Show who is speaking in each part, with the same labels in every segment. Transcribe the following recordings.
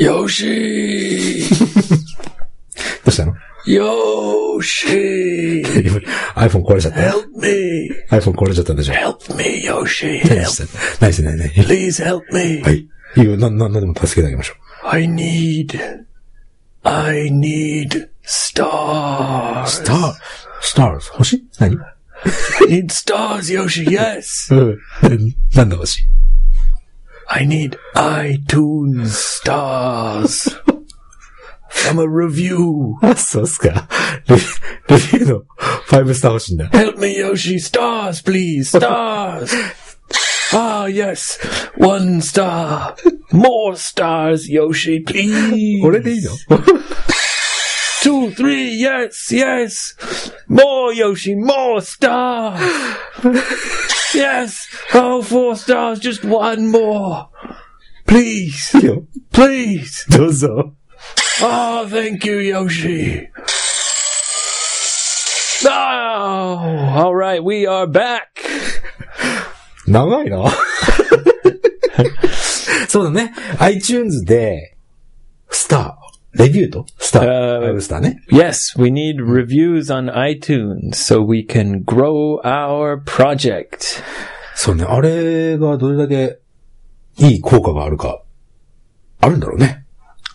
Speaker 1: よしー
Speaker 2: どうしたの
Speaker 1: よーしー
Speaker 2: ?iPhone 壊れちゃった
Speaker 1: !Help me!
Speaker 2: ?iPhone 壊れちゃったんでしょ
Speaker 1: Help me, Yoshi!
Speaker 2: 何
Speaker 1: Help.
Speaker 2: してんの何してないね。
Speaker 1: Please help me!
Speaker 2: はい。いいよ、な、な、なんでも助けてあげましょ
Speaker 1: I need, I need stars!
Speaker 2: う。スター、スターズ、星何
Speaker 1: I need stars, Yoshi, yes!
Speaker 2: うん。なんだ星
Speaker 1: I need iTunes stars! From a review!
Speaker 2: あ、そうっすか。レビレビューの5スター欲しいんだ。
Speaker 1: Help me, Yoshi! Stars, please! Stars! Ah, yes! One star! More stars, Yoshi, please!
Speaker 2: 俺でいいの
Speaker 1: two, three, yes, yes. More Yoshi, more stars. yes. Oh, four stars, just one more. Please,
Speaker 2: いいよ。
Speaker 1: please.
Speaker 2: どうぞ。
Speaker 1: Oh, thank you, Yoshi. Oh, all right, we are back.
Speaker 2: 長いな。 そうだね。iTunes で、スター、レビューとスター、
Speaker 1: あー
Speaker 2: 5スターね。
Speaker 1: Yes, we need reviews on iTunes so we can grow our project.
Speaker 2: そうね、あれがどれだけいい効果があるか、あるんだろうね。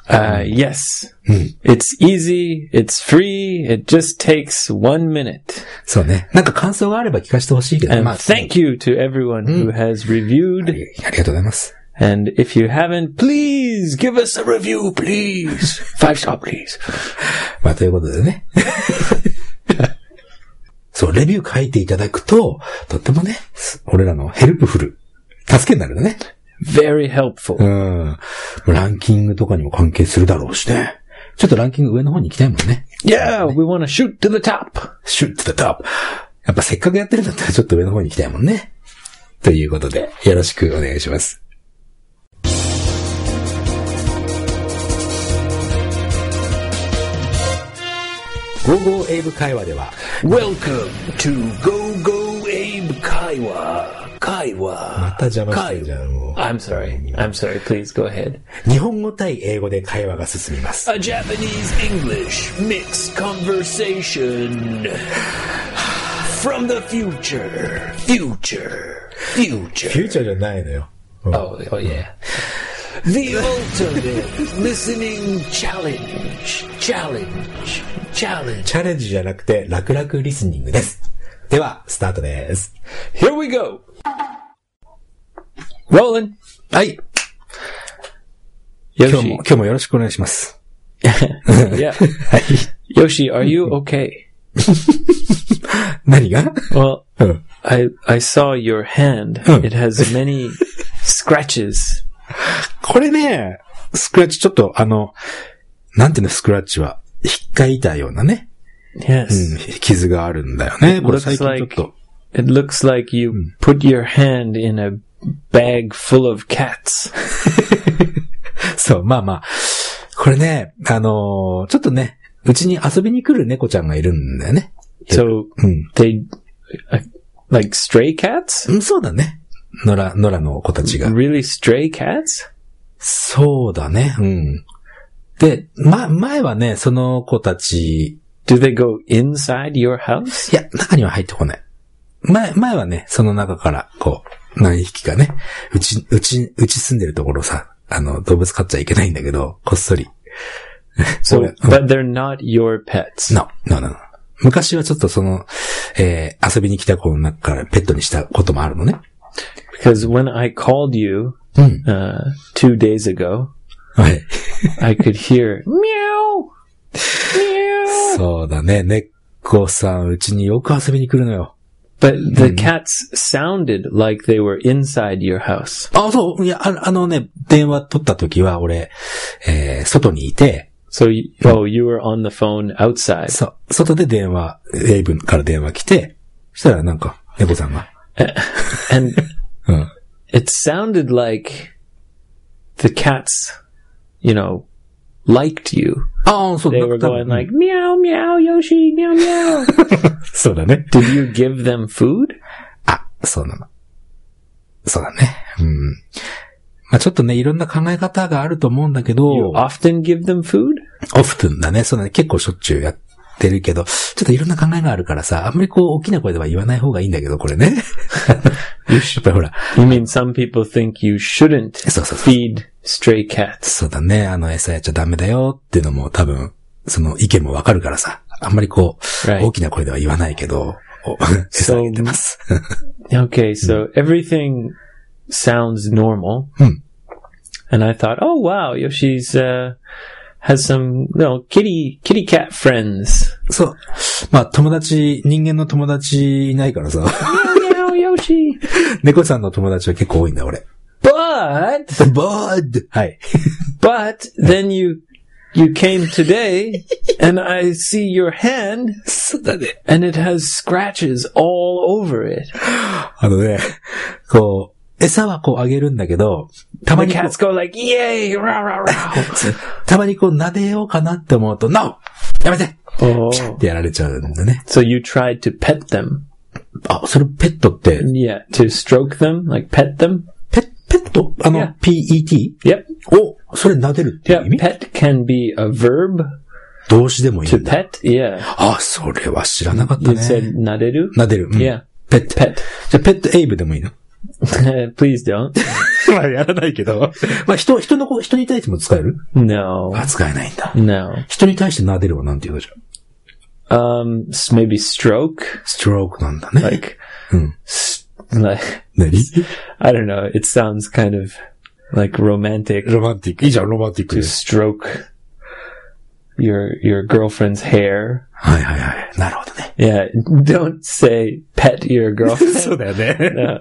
Speaker 1: Uh, yes.
Speaker 2: Hmm.
Speaker 1: It's easy. It's free. It just takes one minute.
Speaker 2: そうね。なんか感想があれば聞かせてほしいけど、
Speaker 1: And
Speaker 2: まあ、
Speaker 1: thank you to everyone who has
Speaker 2: あ
Speaker 1: reviewed.
Speaker 2: りありがとうございます。
Speaker 1: And if you haven't, please give us a review, please. Five star, please.
Speaker 2: まあ、ということでね。そう、レビュー書いていただくと、とってもね、す俺らのヘルプフル、助けになるよね。
Speaker 1: Very helpful.
Speaker 2: うん。ランキングとかにも関係するだろうしね。ちょっとランキング上の方に行きたいもんね。
Speaker 1: Yeah, we want to shoot to the top.
Speaker 2: シュッとタップ。やっぱせっかくやってるんだったらちょっと上の方に行きたいもんね。ということで、よろしくお願いします。ゴーゴー英語会話では、
Speaker 1: Welcome to Go Go Abe Kaiwa.
Speaker 2: ま
Speaker 1: Kaiwa.
Speaker 2: た邪魔してるじゃん、も
Speaker 1: I'm sorry. I'm sorry. Please go ahead.
Speaker 2: う。日本語対英語で会話が進みます。
Speaker 1: A Japanese English mixed conversation from the future. Future. Future.
Speaker 2: フューチャーじゃないのよ。
Speaker 1: Oh, oh yeah. The ultimate listening challenge. Challenge. Challenge.
Speaker 2: チャレンジじゃなくて、楽々リスニングです。では、スタートです。
Speaker 1: Here we go. Roland.
Speaker 2: はい。今日も、
Speaker 1: Yoshi.
Speaker 2: 今日もよろしくお願いします。
Speaker 1: yeah. Yoshi, are you okay?
Speaker 2: 何が
Speaker 1: Well,
Speaker 2: うん。
Speaker 1: I I saw your hand.
Speaker 2: Hmm.
Speaker 1: It has many scratches.
Speaker 2: これね、スクラッチちょっとあの、なんていうのスクラッチは、引っかいたようなね、
Speaker 1: Yes.
Speaker 2: うん傷があるんだよね。これ
Speaker 1: Looks
Speaker 2: 最近ちょっと。
Speaker 1: It looks like you
Speaker 2: Hmm.
Speaker 1: put your hand in a bag full of cats.
Speaker 2: そう、まあまあ。これね、あのーちょっとね、うちに遊びに来る猫ちゃんがいるんだよね。
Speaker 1: So
Speaker 2: うん。
Speaker 1: they uh, like stray cats?
Speaker 2: うんそうだね。野良、野良の子たちが。
Speaker 1: Really stray cats?
Speaker 2: そうだね。うん。で、ま、前はね、その子たち、
Speaker 1: Do they go inside your house?
Speaker 2: いや、中には入ってこない。前、前はね、その中から、こう、何匹かね、うち、うち、うち住んでるところさ、あの、動物飼っちゃいけないんだけど、こっそり。
Speaker 1: So
Speaker 2: 俺
Speaker 1: but they're not your pets.
Speaker 2: no, no, no, no. 昔はちょっとその、えー遊びに来た子の中からペットにしたこともあるのね。
Speaker 1: Because when I called you
Speaker 2: Hmm.
Speaker 1: uh, 2 days ago,
Speaker 2: はい。
Speaker 1: I could hear meow. Meow.
Speaker 2: そうだね、猫さん、うちによく遊びに来るのよ。
Speaker 1: But the cats sounded like they were inside your house.
Speaker 2: あ、そう、いや、ああのね、電話取った時は俺、えー外にいて、
Speaker 1: So you, oh, you were on the phone outside.
Speaker 2: そう、外で電話、エイブンから電話来て、そしたらなんか、猫さんが。
Speaker 1: and
Speaker 2: うん。
Speaker 1: it sounded like the cats, you know, liked you.
Speaker 2: ああ、そう
Speaker 1: They
Speaker 2: だ
Speaker 1: were
Speaker 2: 多分
Speaker 1: going like meow meow Yoshi meow meow.
Speaker 2: そうだね。
Speaker 1: Did you give them food?
Speaker 2: あ、そうなの。そうだね。うん。まあちょっとね、いろんな考え方があると思うんだけど
Speaker 1: You、often give them food?
Speaker 2: オフトゥンだね。そうだね。結構しょっちゅうやってるけど、ちょっといろんな考えがあるからさ、あんまりこう、大きな声では言わない方がいいんだけど、これね。やっぱりほら、
Speaker 1: You mean some people think you shouldn't
Speaker 2: そうそうそう。
Speaker 1: feed stray cats?
Speaker 2: そうだね。あの、餌やっちゃダメだよっていうのも多分、その意見もわかるからさ、あんまりこう、
Speaker 1: Right.
Speaker 2: 大きな声では言わないけど、お餌あげてます。
Speaker 1: Okay, so everything sounds normal.
Speaker 2: Hmm.
Speaker 1: And I thought, oh wow, Yoshi's uh, has some no kitty kitty cat friends.
Speaker 2: そう。まあ、友達、人間の友達いないからさ、
Speaker 1: Meow, meow, Yoshi.
Speaker 2: 猫さんの友達は結構多いんだ、俺。
Speaker 1: But
Speaker 2: ボードはい。
Speaker 1: but then you you came today, and I see your hand,
Speaker 2: そうだね。
Speaker 1: and it has scratches all over it.
Speaker 2: あのね、こう、餌はこうあげるんだけど、た
Speaker 1: The
Speaker 2: まにこう
Speaker 1: cats go like, "Yay!" Rah, rah, rah.
Speaker 2: たまにこう撫でようかなって思うと、NO! やめてっ
Speaker 1: oh,
Speaker 2: てやられちゃうんだね。
Speaker 1: so you tried to pet them?
Speaker 2: あ、それペットって、
Speaker 1: Yeah, to stroke them, like pet them.
Speaker 2: ペ、ペットあの、
Speaker 1: Yeah.
Speaker 2: PET?
Speaker 1: Yep,
Speaker 2: お、それ撫でるってい
Speaker 1: yeah.
Speaker 2: う意味、
Speaker 1: Pet can be a verb
Speaker 2: 動詞でもいい
Speaker 1: to
Speaker 2: んだ。
Speaker 1: pet. Yeah,
Speaker 2: あ、それは知らなかった
Speaker 1: you said
Speaker 2: ね。
Speaker 1: naderu.
Speaker 2: 撫でる。うん
Speaker 1: Yeah.
Speaker 2: ペット。
Speaker 1: Pet.
Speaker 2: じゃあ、ペットエイブでもいいの
Speaker 1: Please don't.
Speaker 2: まあ、やらないけど。 まあ、人、人の子、人に対しても使える
Speaker 1: No,
Speaker 2: あ、使えないんだ。
Speaker 1: no.
Speaker 2: 人に対して撫でるはなんて言うのじゃん。
Speaker 1: Um, s- maybe stroke.
Speaker 2: ストロークなんだね。
Speaker 1: Like,
Speaker 2: Hmm.
Speaker 1: s- like
Speaker 2: 何
Speaker 1: I don't know. It sounds kind of like romantic
Speaker 2: ロマンティック。いいじゃん、ロマンティック
Speaker 1: to
Speaker 2: で。
Speaker 1: stroke your your girlfriend's hair.
Speaker 2: はいはいはい。なるほど ね。
Speaker 1: Yeah, don't say pet your girlfriend.
Speaker 2: うだよね。
Speaker 1: No.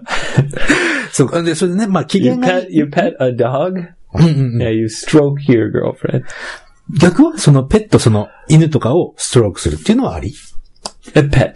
Speaker 2: そう、で、それでね、まあ、機嫌
Speaker 1: You
Speaker 2: がいい
Speaker 1: pet you pet a dog.
Speaker 2: うんうんうん
Speaker 1: Yeah, you stroke your girlfriend.
Speaker 2: 逆は、そのペット、その犬とかをストロークするっていうのはあり
Speaker 1: A pet?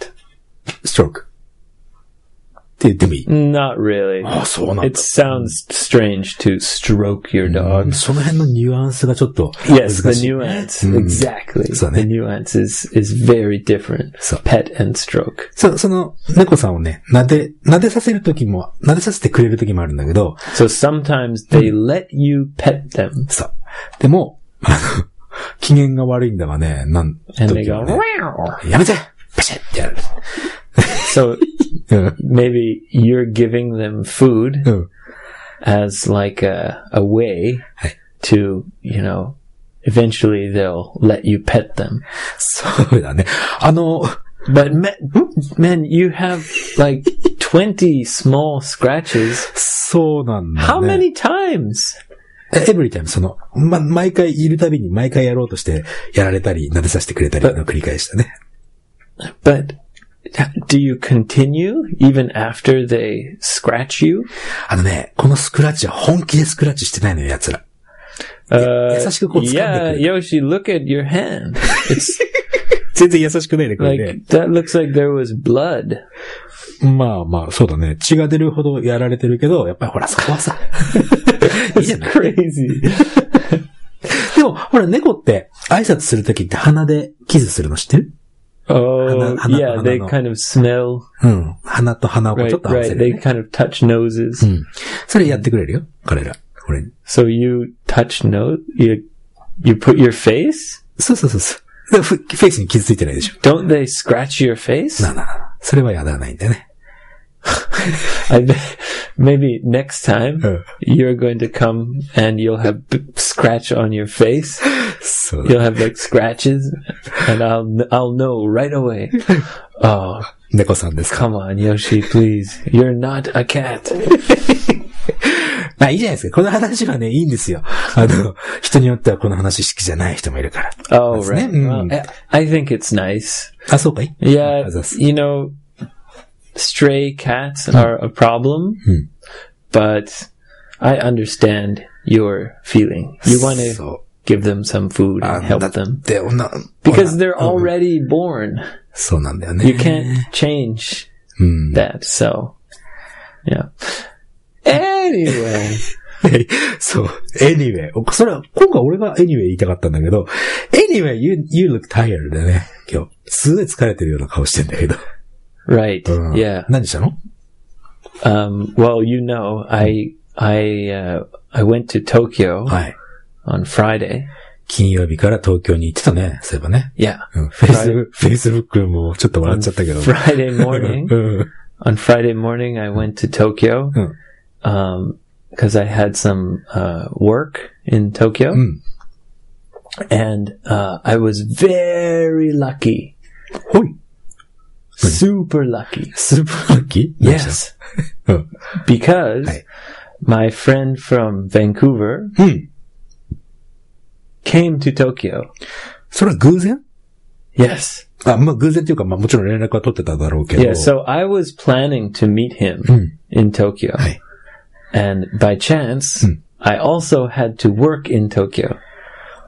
Speaker 2: ストローク。って言ってもいい。
Speaker 1: Not really.
Speaker 2: あ、そうなん
Speaker 1: It
Speaker 2: だ。
Speaker 1: sounds strange to stroke your dog.
Speaker 2: その辺のニュアンスがちょっと
Speaker 1: Mm-hmm. Yes, the
Speaker 2: 難しい。
Speaker 1: nuance.
Speaker 2: Mm.
Speaker 1: Exactly.
Speaker 2: So,
Speaker 1: the
Speaker 2: ne?
Speaker 1: nuance is, is very different.
Speaker 2: So.
Speaker 1: Pet and stroke.
Speaker 2: そその、猫さんをね、撫で、撫でさせる時も、撫でさせてくれる時もあるんだけど、
Speaker 1: So sometimes they let you pet them
Speaker 2: そう。でも、あの、機嫌が悪いんだがね、なん、
Speaker 1: and they
Speaker 2: 時は
Speaker 1: go,
Speaker 2: ね
Speaker 1: wow.
Speaker 2: やめてパシッってやる。
Speaker 1: So
Speaker 2: うん。
Speaker 1: maybe you're giving them food
Speaker 2: うん。
Speaker 1: as like a, a way
Speaker 2: Hey.
Speaker 1: to, you know, eventually they'll let you pet them.
Speaker 2: そうだね。あの、
Speaker 1: But me- man, you have like 20 small scratches.
Speaker 2: そうなんだ、ね。
Speaker 1: How many times?
Speaker 2: エブリタイム、その、ま、毎回いるたびに毎回やろうとして、やられたり、撫でさせてくれたりの繰り返しだね。
Speaker 1: But do you continue even after they scratch you?
Speaker 2: あのね、このスクラッチは本気でスクラッチしてないのよ、奴ら。
Speaker 1: Uh,
Speaker 2: 優しくこう掴んでくる。
Speaker 1: yeah, Yoshi, look at your hand. It's
Speaker 2: 全然優しくないね、こ
Speaker 1: like that looks like there was blood.
Speaker 2: まあまあ、そうだね。血が出るほどやられてるけど、やっぱりほら、そこはさ。いいじゃ
Speaker 1: It's
Speaker 2: ない
Speaker 1: crazy.
Speaker 2: でも、ほら、猫って、挨拶するときって鼻でキスするの知ってる
Speaker 1: Oh,
Speaker 2: 鼻-鼻-鼻
Speaker 1: yeah,
Speaker 2: の。
Speaker 1: they kind of smell.
Speaker 2: うん。鼻と鼻をこう
Speaker 1: Right,
Speaker 2: ちょっと合わせ
Speaker 1: right.
Speaker 2: る、
Speaker 1: They
Speaker 2: ね
Speaker 1: kind of touch noses.
Speaker 2: うん。それやってくれるよ、彼ら。俺に。
Speaker 1: So you touch nose. You you put your face.
Speaker 2: そうそうそうそう。でふフェイスに傷ついてないでしょ。
Speaker 1: Don't they scratch your face?
Speaker 2: なあなあなあそれはやらないんだよね。
Speaker 1: I bet- maybe next time
Speaker 2: Uh.
Speaker 1: you're going to come and you'll have b- scratch on your face.
Speaker 2: そうだ
Speaker 1: You'll have like scratches, and I'll I'll know right away. Oh,
Speaker 2: 猫さんですか。
Speaker 1: come on, Yoshi, please. You're not a cat.
Speaker 2: まあいいじゃないですか。この話はね、いいんですよ。あの、人によってはこの話好きじゃない人もいるから。
Speaker 1: Oh,
Speaker 2: That's
Speaker 1: right.
Speaker 2: nice.
Speaker 1: Well, I, I think it's nice.
Speaker 2: あ、そうかい
Speaker 1: Yeah,
Speaker 2: That's-
Speaker 1: you know, stray cats are a problem,
Speaker 2: Hmm.
Speaker 1: but I understand your feeling. You want to
Speaker 2: そ
Speaker 1: give them some food
Speaker 2: う。あ
Speaker 1: and
Speaker 2: の
Speaker 1: help
Speaker 2: だっ
Speaker 1: them
Speaker 2: て、女、
Speaker 1: because
Speaker 2: 女
Speaker 1: they're
Speaker 2: うん
Speaker 1: already born.
Speaker 2: そうなんだよね。
Speaker 1: You can't change
Speaker 2: うん。
Speaker 1: that. So, yeah. Anyway,
Speaker 2: そう。anyway. おそれは、今回俺が anyway 言いたかったんだけど、anyway, you, you look tired だね。今日。すごい疲れてるような顔してんだけど。
Speaker 1: right.
Speaker 2: うん
Speaker 1: Yeah.
Speaker 2: 何したの
Speaker 1: Um, well, you know, I I uh, I went to Tokyo
Speaker 2: はい。
Speaker 1: on Friday.
Speaker 2: 金曜日から東京に行ってたね。そういえばね。
Speaker 1: Yeah,
Speaker 2: うん。フェイスブック、フェイスブックもちょっと笑っちゃったけど。
Speaker 1: Friday
Speaker 2: う
Speaker 1: morning.
Speaker 2: ん。
Speaker 1: on Friday morning, I went to Tokyo
Speaker 2: うん。
Speaker 1: because I had some uh, work in Tokyo,
Speaker 2: Mm.
Speaker 1: and uh, I was very lucky,
Speaker 2: ほい。
Speaker 1: super lucky.
Speaker 2: スーパーラッキー
Speaker 1: Yes,
Speaker 2: うん。
Speaker 1: because
Speaker 2: Hi.
Speaker 1: my friend from Vancouver
Speaker 2: うん。
Speaker 1: came to Tokyo.
Speaker 2: それは偶然
Speaker 1: Yes.
Speaker 2: あ、まあ偶然っていうか、まあもちろん連絡は取ってただろうけど。
Speaker 1: Yeah, so I was planning to meet him in Tokyo.
Speaker 2: Hi.
Speaker 1: And by chance, I also had to work in Tokyo.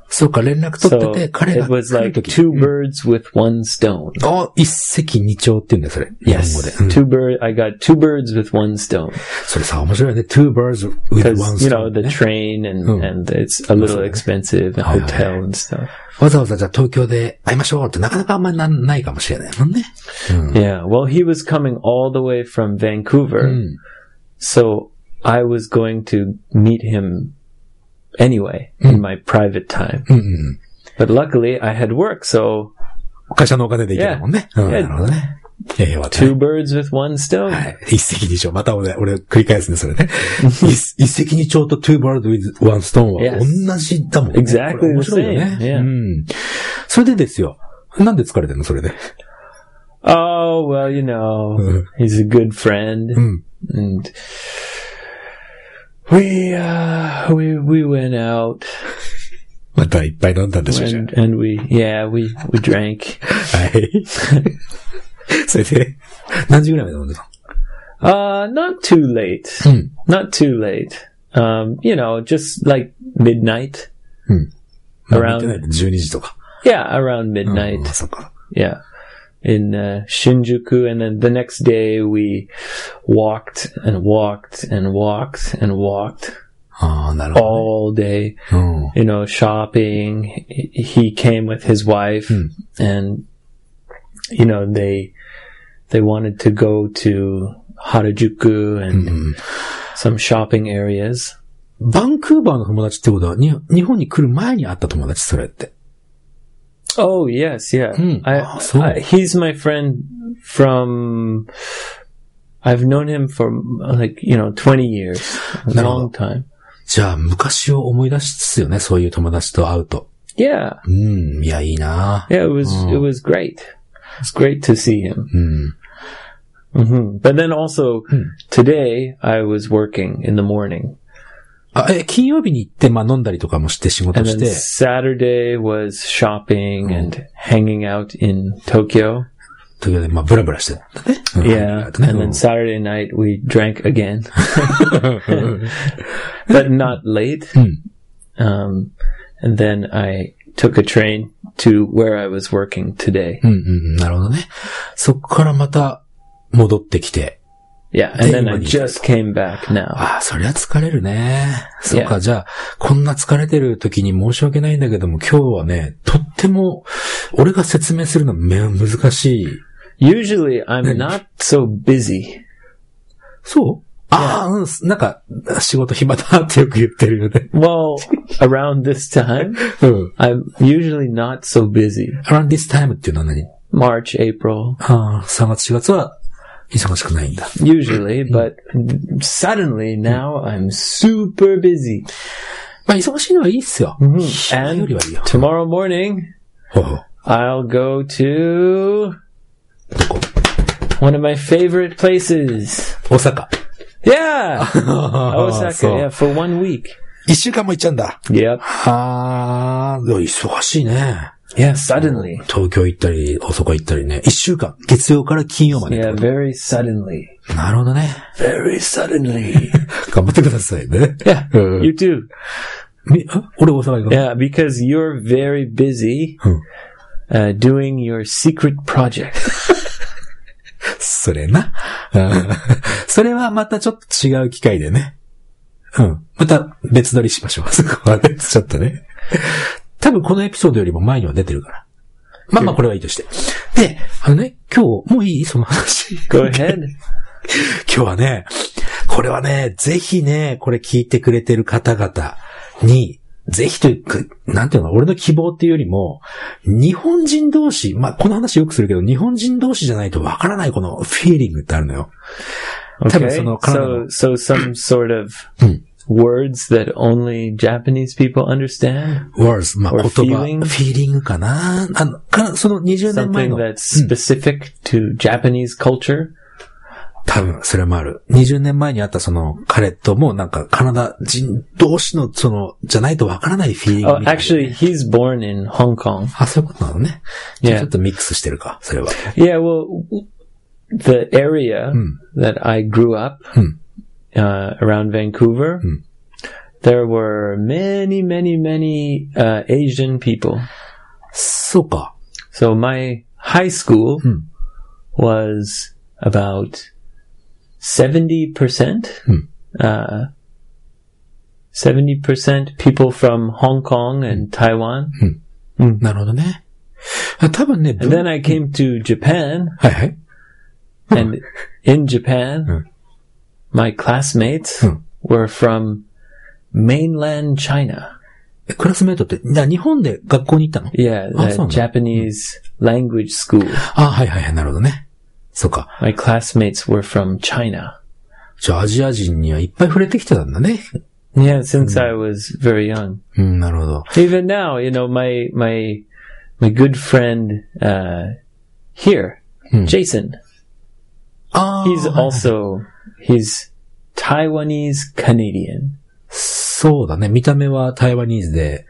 Speaker 2: そうか、連絡取
Speaker 1: So
Speaker 2: ってて、彼が
Speaker 1: it was
Speaker 2: 来る
Speaker 1: like
Speaker 2: とき。
Speaker 1: two birds with one stone.
Speaker 2: あ、一石二鳥って言うんだよ、それ。
Speaker 1: Yes,
Speaker 2: 日本語で。う
Speaker 1: two
Speaker 2: ん
Speaker 1: bird. I got two birds with one stone
Speaker 2: それさ、面白いよね。two birds with one
Speaker 1: because you know
Speaker 2: stone.
Speaker 1: the train and
Speaker 2: Hmm.
Speaker 1: and it's a little expensive, the
Speaker 2: Hi, hi.
Speaker 1: hotel and stuff.
Speaker 2: わざわざじゃあ東京で会いましょうってなかなかあんまりなんないかもしれないもんね。
Speaker 1: Yeah. Well, he was coming all the way from Vancouver, so I was going to meet him anyway in my private time.
Speaker 2: うんうん。
Speaker 1: But luckily, I had work, so
Speaker 2: 会社のお金で行けたもんね。うん、な
Speaker 1: Yeah.
Speaker 2: るほどね。いやいや、わか
Speaker 1: two
Speaker 2: る
Speaker 1: birds with one stone.
Speaker 2: はい。一石二鳥。また俺、俺繰り返すね、それね。一一石二鳥と two birds with one stone は
Speaker 1: Yes.
Speaker 2: 同じだもんね。
Speaker 1: Exactly
Speaker 2: これ面白いよね。
Speaker 1: the same. Yeah.
Speaker 2: うん。それでですよ。なんで疲れてんのそれで。
Speaker 1: Oh, well, you know,
Speaker 2: Mhm.
Speaker 1: he's a good friend.
Speaker 2: Mm.
Speaker 1: And we, uh, we, we went out
Speaker 2: またいっぱい飲んだんでしょうじゃ
Speaker 1: and, and we, yeah, we, we drank.
Speaker 2: あはい。 それで、何時ぐらいまで飲んでた
Speaker 1: Uh, not too late.
Speaker 2: Mm.
Speaker 1: Not too late. Um, you know, just like midnight.
Speaker 2: Mm.
Speaker 1: Around,
Speaker 2: のまあ見てないと12時とか。
Speaker 1: yeah, around
Speaker 2: うん
Speaker 1: midnight.
Speaker 2: そっか。
Speaker 1: Yeah. In uh, Shinjuku. And then the next day we walked and walked and walked and walked
Speaker 2: ああ、なるほ
Speaker 1: all day.
Speaker 2: ど。うん。
Speaker 1: you know, shopping. He- He came with his wife, and you know they they wanted to go to Harajuku and some shopping areas.
Speaker 2: バンクーバーの友達ってことは、に日本に来る前に会った友達、それって。
Speaker 1: Oh yes, yeah.
Speaker 2: Hmm.
Speaker 1: I,
Speaker 2: Ah, so-
Speaker 1: I- he's my friend from. I've known him for like you know twenty years, a
Speaker 2: No.
Speaker 1: long time.
Speaker 2: じゃあ、昔を思い出すよね、そういう友達と会うと。
Speaker 1: Yeah,
Speaker 2: うん、いや、いいな
Speaker 1: yeah. It was it was great. It's great to see him.
Speaker 2: うん。
Speaker 1: hmm But then also today I was working in the morning,
Speaker 2: あ、え、金曜日に行って、まあ、飲んだりとかもして、仕事
Speaker 1: and
Speaker 2: し
Speaker 1: then
Speaker 2: て、
Speaker 1: Saturday was shopping and hanging out in Tokyo.
Speaker 2: ということで、まあ、ブラブラしてたね。うん
Speaker 1: Yeah,
Speaker 2: ね
Speaker 1: and
Speaker 2: う
Speaker 1: then
Speaker 2: ん
Speaker 1: Saturday night we drank again, but not late. Um, and then I took a train to where I was working today.
Speaker 2: うんうん、なるほどね。そこからまた、戻ってきて。
Speaker 1: Yeah, and then I
Speaker 2: Damn.
Speaker 1: just came back now.
Speaker 2: ああ、そりゃ疲れるね。そっか、
Speaker 1: Yeah.
Speaker 2: じゃあ、こんな疲れてる時に申し訳ないんだけども、今日はね、とっても、俺が説明するのめ難しい。
Speaker 1: Usually I'm not so busy.
Speaker 2: そうああ、うん、なんか、仕事暇だってよく言ってるよね。
Speaker 1: Well, around this time,
Speaker 2: うん。
Speaker 1: I'm usually not so busy.
Speaker 2: around this time っていうのは何
Speaker 1: March, April,
Speaker 2: ああ、3月4月は忙しくないんだ。
Speaker 1: usually, but suddenly now I'm super busy. Hmm.
Speaker 2: まあ、忙しいのはいいっすよ。うん。暇よ
Speaker 1: And
Speaker 2: りはいいよ。
Speaker 1: tomorrow morning,
Speaker 2: ほうほう
Speaker 1: I'll go to one of my favorite places.
Speaker 2: 大阪。
Speaker 1: Yeah,
Speaker 2: 大
Speaker 1: Osaka. Yeah, for one week.
Speaker 2: 一週間も行っちゃうんだ。
Speaker 1: Yep.
Speaker 2: ああ、でも忙しいね。
Speaker 1: Yeah, suddenly.
Speaker 2: 東京行ったり、大阪行ったりね。一週間。月曜から金曜までって
Speaker 1: Yeah,
Speaker 2: こ
Speaker 1: very suddenly.
Speaker 2: と。なるほどね。
Speaker 1: Very suddenly. Uh.
Speaker 2: 頑張ってくださいね。
Speaker 1: Yeah,
Speaker 2: うん
Speaker 1: you too.
Speaker 2: み あ俺大阪行くの
Speaker 1: Yeah, because you're very busy
Speaker 2: Hmm.
Speaker 1: uh, doing your secret project.
Speaker 2: それな。 うんそれはまたちょっと違う機会でね。うん。また別撮りしましょう。 そこはね。ちょっとね。多分このエピソードよりも前には出てるから。まあまあこれはいいとして。で、あのね、今日、もういいその話。
Speaker 1: Go ahead.
Speaker 2: 今日はね、これはね、ぜひね、これ聞いてくれてる方々に、ぜひというか、なんていうのかな、俺の希望っていうよりも、日本人同士、まあ、この話よくするけど、日本人同士じゃないとわからないこのフィーリングってあるのよ。
Speaker 1: Okay.
Speaker 2: 多分そのカナダの-
Speaker 1: So, so some sort of
Speaker 2: うん。
Speaker 1: words that only Japanese people understand.
Speaker 2: words, まあ、言
Speaker 1: Or
Speaker 2: 葉、フ
Speaker 1: feeling
Speaker 2: ィーリングかなあの、かその20年前
Speaker 1: Something
Speaker 2: の、
Speaker 1: that's specific to Japanese culture.
Speaker 2: 多分、それもある。20年前にあったその、彼ともなんか、カナダ人同士の、その、じゃないとわからないフィーリング
Speaker 1: Oh,
Speaker 2: みたいな。
Speaker 1: actually, he's born in Hong Kong.
Speaker 2: あ、そういうことなのね。じゃあ
Speaker 1: Yeah.
Speaker 2: ちょっとミックスしてるか、それは。
Speaker 1: Yeah, well, the area that I grew up
Speaker 2: Hmm.
Speaker 1: uh, around Vancouver, there were many, many, many uh, Asian people.
Speaker 2: そうか。
Speaker 1: So my high school
Speaker 2: Hmm.
Speaker 1: was about 70%,
Speaker 2: Hmm.
Speaker 1: uh, 70% people from Hong Kong
Speaker 2: Hmm.
Speaker 1: and Taiwan.
Speaker 2: なるほどね。あ多分ね、ぶ
Speaker 1: And then I came to Japan
Speaker 2: はいはい。
Speaker 1: and in Japan,
Speaker 2: Hmm.
Speaker 1: my classmates
Speaker 2: Hmm.
Speaker 1: were from mainland China.
Speaker 2: えクラスメートって、じゃあ日本で学校に行ったの
Speaker 1: Yeah,
Speaker 2: Ah,
Speaker 1: the
Speaker 2: so-
Speaker 1: Japanese language school.
Speaker 2: あ、はいはいはい、なるほどね。そうか。
Speaker 1: My classmates were from China.
Speaker 2: じゃあアジア人にはいっぱい触れてきてたんだね。
Speaker 1: Yeah,
Speaker 2: Hmm.
Speaker 1: since I was very young.
Speaker 2: うん、なるほど。
Speaker 1: even now, you know, my my my good friend uh, here,
Speaker 2: Hmm. Oh.
Speaker 1: Jason,
Speaker 2: ああ。
Speaker 1: he's also he's Taiwanese Canadian.
Speaker 2: そうだね。見た目は台湾ニーズで、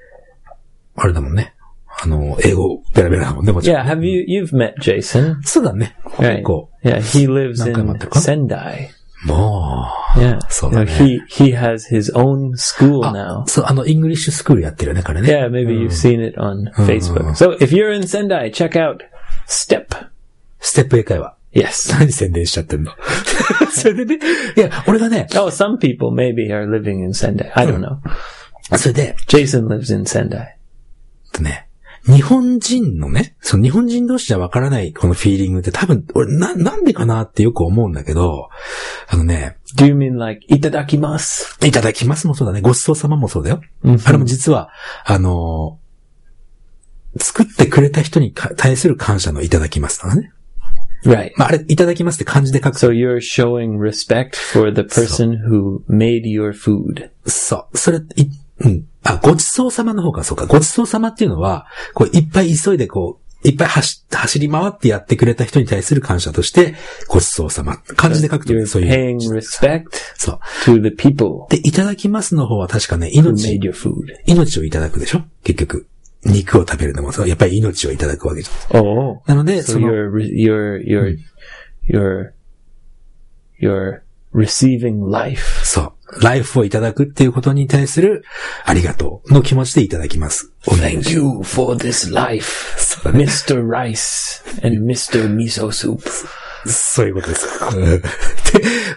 Speaker 2: あれだもんね。あの、英語、ベラベラだもんね、もちろ
Speaker 1: Yeah,
Speaker 2: ん
Speaker 1: have you you've met Jason?
Speaker 2: そうだね。結
Speaker 1: Right.
Speaker 2: 構。
Speaker 1: Yeah, he lives in
Speaker 2: なんか待ってるか？
Speaker 1: Sendai.
Speaker 2: も
Speaker 1: Yeah,
Speaker 2: そうだね。
Speaker 1: You know, he he has his own school
Speaker 2: う。あ
Speaker 1: now.
Speaker 2: そう、あの、イングリッシュスクールやってるよね、彼ね。
Speaker 1: Yeah, maybe you've seen it on Facebook. So if you're in Sendai, check out Step.
Speaker 2: ステップ英会話。
Speaker 1: Yes.
Speaker 2: 何宣伝しちゃってんのそれでね、いや、俺がね、
Speaker 1: Oh, some people maybe are living in Sendai. I don't know.
Speaker 2: それで、
Speaker 1: Jason lives in Sendai.
Speaker 2: えっとね、日本人のね、その日本人同士じゃわからないこのフィーリングって多分、俺な、なんでかなってよく思うんだけど、あのね、
Speaker 1: Do you mean like itadakimasu?
Speaker 2: いただきますもそうだね。ごちそうさまもそうだよ。あれも実は、あのー作ってくれた人にか対する感謝のいただきますだからね。
Speaker 1: Right.
Speaker 2: まあ、あれ、いただきますって漢字で書く
Speaker 1: So you're showing respect for the person who made your food.
Speaker 2: そう。それ、い、うん。あ、ごちそうさまの方か、そうか。ごちそうさまっていうのは、こう、いっぱい急いでこう、いっぱい走、走り回ってやってくれた人に対する感謝として、ごちそうさま。漢字で書くと
Speaker 1: You're
Speaker 2: ね、そういう。
Speaker 1: paying respect
Speaker 2: そう。
Speaker 1: to the people
Speaker 2: で、いただきますの方は確かね、
Speaker 1: who made
Speaker 2: 命、
Speaker 1: your food.
Speaker 2: 命をいただくでしょ結局。肉を食べるのもそう。やっぱり命をいただくわけじゃん。
Speaker 1: Oh.
Speaker 2: なので、
Speaker 1: So
Speaker 2: その、
Speaker 1: you're, re- you're, you're, you're, you're receiving life.
Speaker 2: そう。ライフをいただくっていうことに対する、ありがとうの気持ちでいただきます。お願い
Speaker 1: Thank
Speaker 2: し
Speaker 1: you for this life, Mr. Rice and Mr. Miso Soup.
Speaker 2: ます。そういうことです。うん で、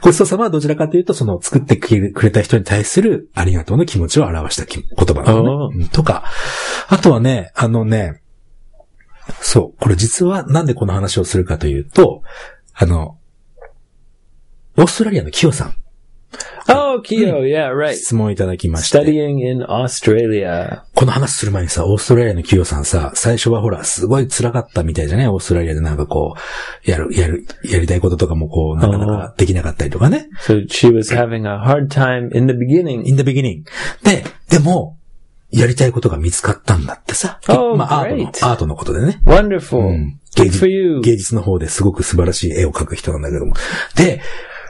Speaker 2: ごちそうさまはどちらかというと、その、作ってくれくれた人に対する、ありがとうの気持ちを表したき言葉なのねうんとか、あとはね、あのね、そう、これ実はなんでこの話をするかというと、あの、オーストラリアのキヨさん、
Speaker 1: Oh, Kyo, yeah, right.
Speaker 2: 質問いただきまして。
Speaker 1: Studying in Australia.
Speaker 2: この話する前にさ、オーストラリアの企業さんさ、最初はほら、すごい辛かったみたいじゃないオーストラリアでなんかこう、やる、やる、やりたいこととかもこう、なかなかできなかったりとかね。
Speaker 1: So she was having a hard time in the beginning.
Speaker 2: in the beginning. で、でも、やりたいことが見つかったんだってさ。
Speaker 1: Oh,
Speaker 2: まあ、アートの、ア
Speaker 1: great.
Speaker 2: ートのことでね。
Speaker 1: Wonderful.
Speaker 2: 芸
Speaker 1: Good for
Speaker 2: 術
Speaker 1: you.
Speaker 2: 芸術の方ですごく素晴らしい絵を描く人なんだけども。で、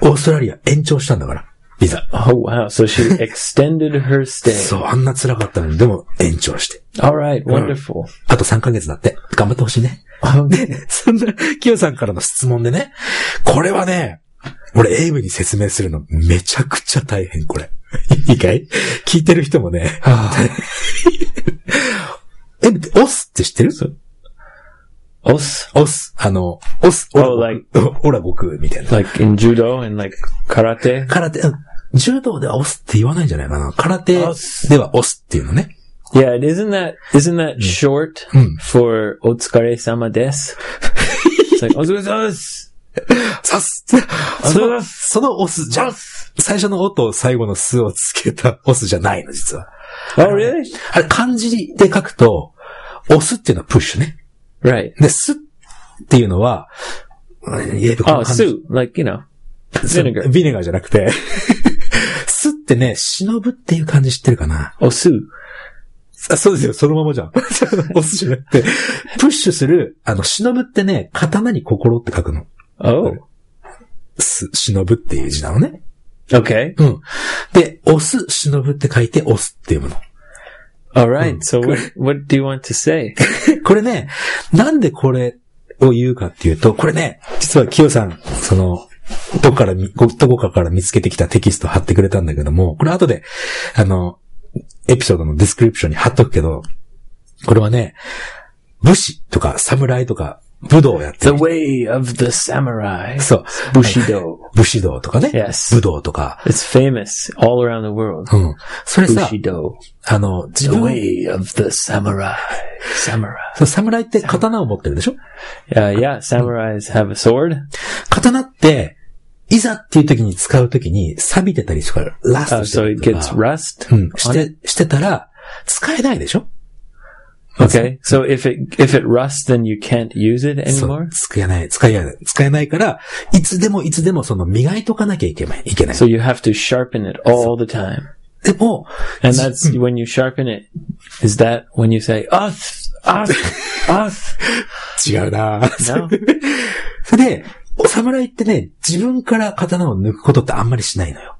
Speaker 2: オーストラリア延長したんだから、ビザ。
Speaker 1: Oh wow. So she extended her stay.
Speaker 2: そう、あんな辛かったのに、でも延長して。
Speaker 1: All right. Wonderful. Um,
Speaker 2: あと3ヶ月だって。頑張ってほしいね。で、 そんな、キヨさんからの質問でね、これはね、俺、エイブに説明するのめちゃくちゃ大変、これ。いいかい聞いてる人もね、 エイブって、オスって知ってる
Speaker 1: Os,
Speaker 2: オス、あの、オス、オラ
Speaker 1: Oh,
Speaker 2: 悟空、オラ悟空みたいな。
Speaker 1: like in judo and like karate.
Speaker 2: 空手、うん柔道ではオスって言わないんじゃないかな。空手
Speaker 1: オス
Speaker 2: ではオスっていうのね。
Speaker 1: Yeah. And isn't that isn't that short for otsukare sama des? It's like otsukare
Speaker 2: さすその、そのオスじゃん、最初のオと最後のスをつけたオスじゃないの、実は。
Speaker 1: Oh, really?
Speaker 2: あれ、漢字で書くと、オスっていうのはプッシュね。
Speaker 1: Right.
Speaker 2: で、スっていうのは、うん言えばこ
Speaker 1: Oh,
Speaker 2: の漢字
Speaker 1: soup. Like, you know.
Speaker 2: そう
Speaker 1: vinegar
Speaker 2: ビネガーじゃなくて、 スってね、忍ぶっていう漢字知ってるかな
Speaker 1: Oh, soup.
Speaker 2: あそうですよ、そのままじゃん。 オスじゃなくて、プッシュする、あの、忍ぶってね、刀に心って書くの。
Speaker 1: Oh.
Speaker 2: す、忍ぶっていう字なのね。
Speaker 1: Okay.
Speaker 2: うん。で、押す、忍ぶって書いて、押すって読むの。
Speaker 1: All right. So what, what do you want to say?
Speaker 2: これね、なんでこれを言うかっていうと、これね、実はキヨさん、その、どこからみ、ごどこかから見つけてきたテキスト貼ってくれたんだけども、これ後で、あの、エピソードのディスクリプションに貼っとくけど、これはね、武士とか侍とか武道をやってる
Speaker 1: The way of the samurai.
Speaker 2: そう。
Speaker 1: Bushido.
Speaker 2: 武士道とかね、
Speaker 1: Yes.
Speaker 2: 武道とか、
Speaker 1: It's famous all around the world.
Speaker 2: うん。それさ、
Speaker 1: Bushido.
Speaker 2: あの、自
Speaker 1: The
Speaker 2: 分、
Speaker 1: way of the samurai. Samurai.
Speaker 2: そう侍って刀を持ってるでしょ
Speaker 1: Uh, yeah, samurais have a sword. uh,
Speaker 2: 刀って、いざっていう時に使う時に錆びてたりとか、ラス
Speaker 1: Uh,
Speaker 2: トして
Speaker 1: so
Speaker 2: たり
Speaker 1: it
Speaker 2: と
Speaker 1: gets
Speaker 2: か、
Speaker 1: rust
Speaker 2: うん、し
Speaker 1: on it.
Speaker 2: て、してたら、使えないでしょ
Speaker 1: Okay. So if it, if it rusts, then you can't use it
Speaker 2: そう、
Speaker 1: anymore.
Speaker 2: 使えない、使えない、使えないから、いつでもいつでもその磨いとかなきゃいけない。いけない
Speaker 1: So。you have to sharpen it all the time.
Speaker 2: でも、
Speaker 1: And that's when you sharpen it. Is that when you say, us, us, us?
Speaker 2: 違うな
Speaker 1: No.
Speaker 2: それで、お侍ってね、自分から刀を抜くことってあんまりしないのよ。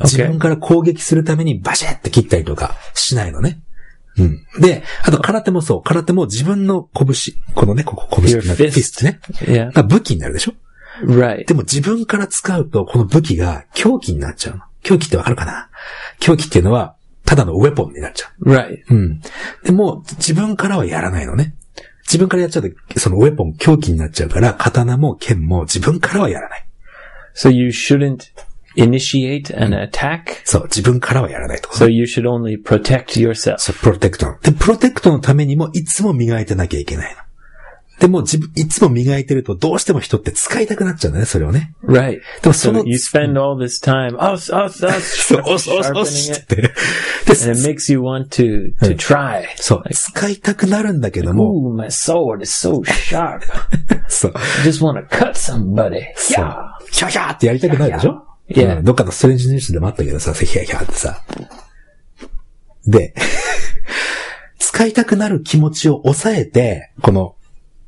Speaker 2: 自分から攻撃するためにバシャって切ったりとかしないのね。うん。で、あと空手もそう。空手も自分の拳、このね、ここ拳
Speaker 1: Your
Speaker 2: フィストね。
Speaker 1: Yeah.
Speaker 2: が武器になるでしょ
Speaker 1: Right.
Speaker 2: でも自分から使うと、この武器が狂気になっちゃうの。狂気ってわかるかな狂気っていうのは、ただのウェポンになっちゃ
Speaker 1: Right.
Speaker 2: う。うん。でも、自分からはやらないのね。自分からやっちゃうと、そのウェポン狂気になっちゃうから、刀も剣も自分からはやらない。
Speaker 1: So you shouldn't initiate an attack.
Speaker 2: そう、自分からはやらないと。
Speaker 1: So you should only protect yourself.
Speaker 2: そう、プロテクトの。で、プロテクトのためにもいつも磨いてなきゃいけないの。でも自分、いつも磨いてるとどうしても人って使いたくなっちゃうんだね、それをね。
Speaker 1: Right.
Speaker 2: でもそ
Speaker 1: So
Speaker 2: の、
Speaker 1: you spend all this time, us, us, us,
Speaker 2: そう、
Speaker 1: sharp-
Speaker 2: 押す押す押
Speaker 1: sharpening
Speaker 2: すっ
Speaker 1: it.
Speaker 2: て。で
Speaker 1: And it makes you want to, to try.
Speaker 2: そう、使いたくなるんだけども、
Speaker 1: Ooh, my sword is so sharp.
Speaker 2: そう、
Speaker 1: I just want to cut somebody.
Speaker 2: そう、ヒャヒャーってやりたくなるでしょ
Speaker 1: いや
Speaker 2: うんどっかのストレンジニュースでもあったけどさ、ヒャヒャーってさ。で、 使いたくなる気持ちを抑えて、この、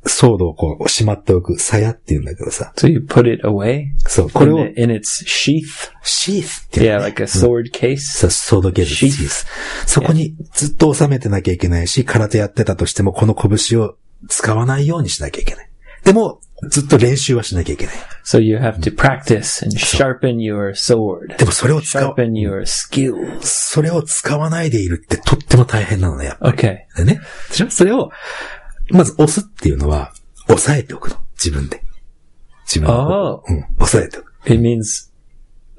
Speaker 2: ソードをこう、しまっておく、鞘って言うんだけどさ。
Speaker 1: So you put it away
Speaker 2: そう、これ
Speaker 1: in,
Speaker 2: を
Speaker 1: the, in its sheath.
Speaker 2: シースって言
Speaker 1: Yeah,
Speaker 2: うのね
Speaker 1: like a sword case.
Speaker 2: そうソードゲージシー
Speaker 1: sheath
Speaker 2: ス。そこにずっと収めてなきゃいけないし、空手やってたとしても、この拳を使わないようにしなきゃいけない。でも、ずっと練習はしなきゃいけない。
Speaker 1: So you have to practice and sharpen your sword.
Speaker 2: でもそれを使う、
Speaker 1: Sharpen your skills.
Speaker 2: それを使わないでいるってとっても大変なのね、やっぱ
Speaker 1: Okay.
Speaker 2: りね。でしょそれを、まず押すっていうのは、押さえておくの。自分で。自分のことうん。押さえておく。
Speaker 1: It means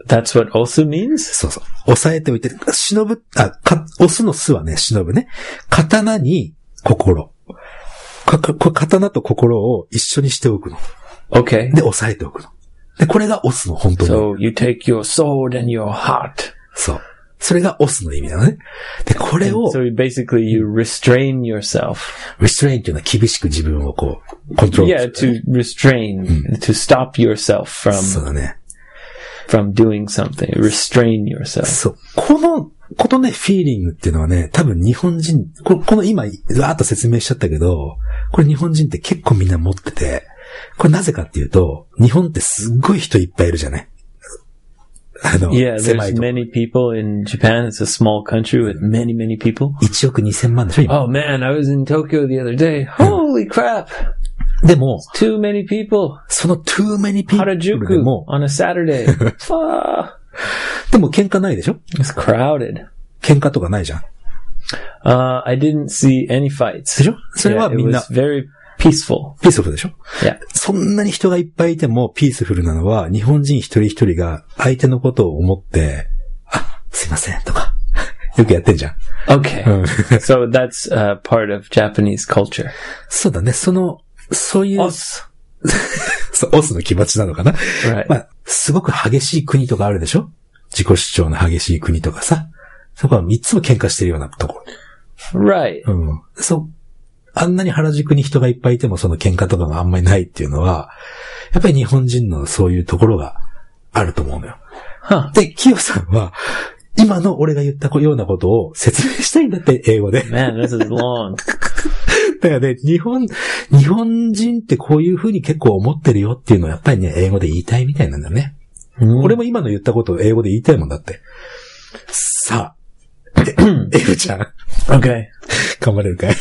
Speaker 1: that's what also means?
Speaker 2: そうそう。押さえておいて、忍ぶ、あ、か、押すのすはね、忍ぶね。刀に心。か、か、こ刀と心を一緒にしておくの。
Speaker 1: Okay.
Speaker 2: で、押さえておくの。で、これが押すの、本当に。
Speaker 1: So you take your sword and your heart.
Speaker 2: そう。それが押すの意味なのね。で、これを、
Speaker 1: So you basically you restrain yourself.
Speaker 2: restrain っていうのは厳しく自分をこう、コントロールす
Speaker 1: Yeah,
Speaker 2: る。
Speaker 1: to
Speaker 2: Hmm.
Speaker 1: restrain, to stop yourself from
Speaker 2: そうだね。
Speaker 1: from doing something. Restrain yourself.
Speaker 2: そう。この、このね、フィーリングっていうのはね、多分日本人、ここの今、わーっと説明しちゃったけど、これ日本人って結構みんな持ってて、これなぜかっていうと、日本ってすっごい人いっぱいいるじゃないあの、
Speaker 1: Yeah,
Speaker 2: 狭い
Speaker 1: there's
Speaker 2: とこ。
Speaker 1: many people in Japan. It's a small country with many, many people.
Speaker 2: 1億2000万でしょ、今。
Speaker 1: Oh man, I was in Tokyo the other day.
Speaker 2: Hmm.
Speaker 1: Holy crap!
Speaker 2: でも、
Speaker 1: Too many people.
Speaker 2: その too many people で
Speaker 1: Harajuku
Speaker 2: も、
Speaker 1: on a Saturday. Fuck.
Speaker 2: でも喧嘩ないでしょ
Speaker 1: It's crowded.
Speaker 2: 喧嘩とかないじゃん。
Speaker 1: Uh, I didn't see any fights.
Speaker 2: でしょそれ
Speaker 1: Yeah,
Speaker 2: は
Speaker 1: it
Speaker 2: みんな
Speaker 1: was、very peaceful.
Speaker 2: ピースオフでしょ
Speaker 1: Yeah.
Speaker 2: そんなに人がいっぱいいてもピースフルなのは、日本人一人一人が相手のことを思って、あ、すいません、とか。 よくやってんじゃん。
Speaker 1: Okay. so that's uh, part of Japanese culture.
Speaker 2: そうだね、その、そういう、
Speaker 1: Os.
Speaker 2: そうオスの気持ちなのかな
Speaker 1: Right.
Speaker 2: まあ、すごく激しい国とかあるでしょ自己主張の激しい国とかさ。そこは3つも喧嘩してるようなとこ
Speaker 1: Right.
Speaker 2: ろ。うん。そう。あんなに原宿に人がいっぱいいてもその喧嘩とかがあんまりないっていうのは、やっぱり日本人のそういうところがあると思うのよ。
Speaker 1: Huh.
Speaker 2: で、キヨさんは、今の俺が言ったようなことを説明したいんだって、英語で。
Speaker 1: Man, this is long.
Speaker 2: だよね、日本、日本人ってこういうふうに結構思ってるよっていうのをやっぱりね、英語で言いたいみたいなんだよね。俺も今の言ったことを英語で言いたいもんだって。さ あ、え、エフちゃん、
Speaker 1: Okay.
Speaker 2: 頑張れる かい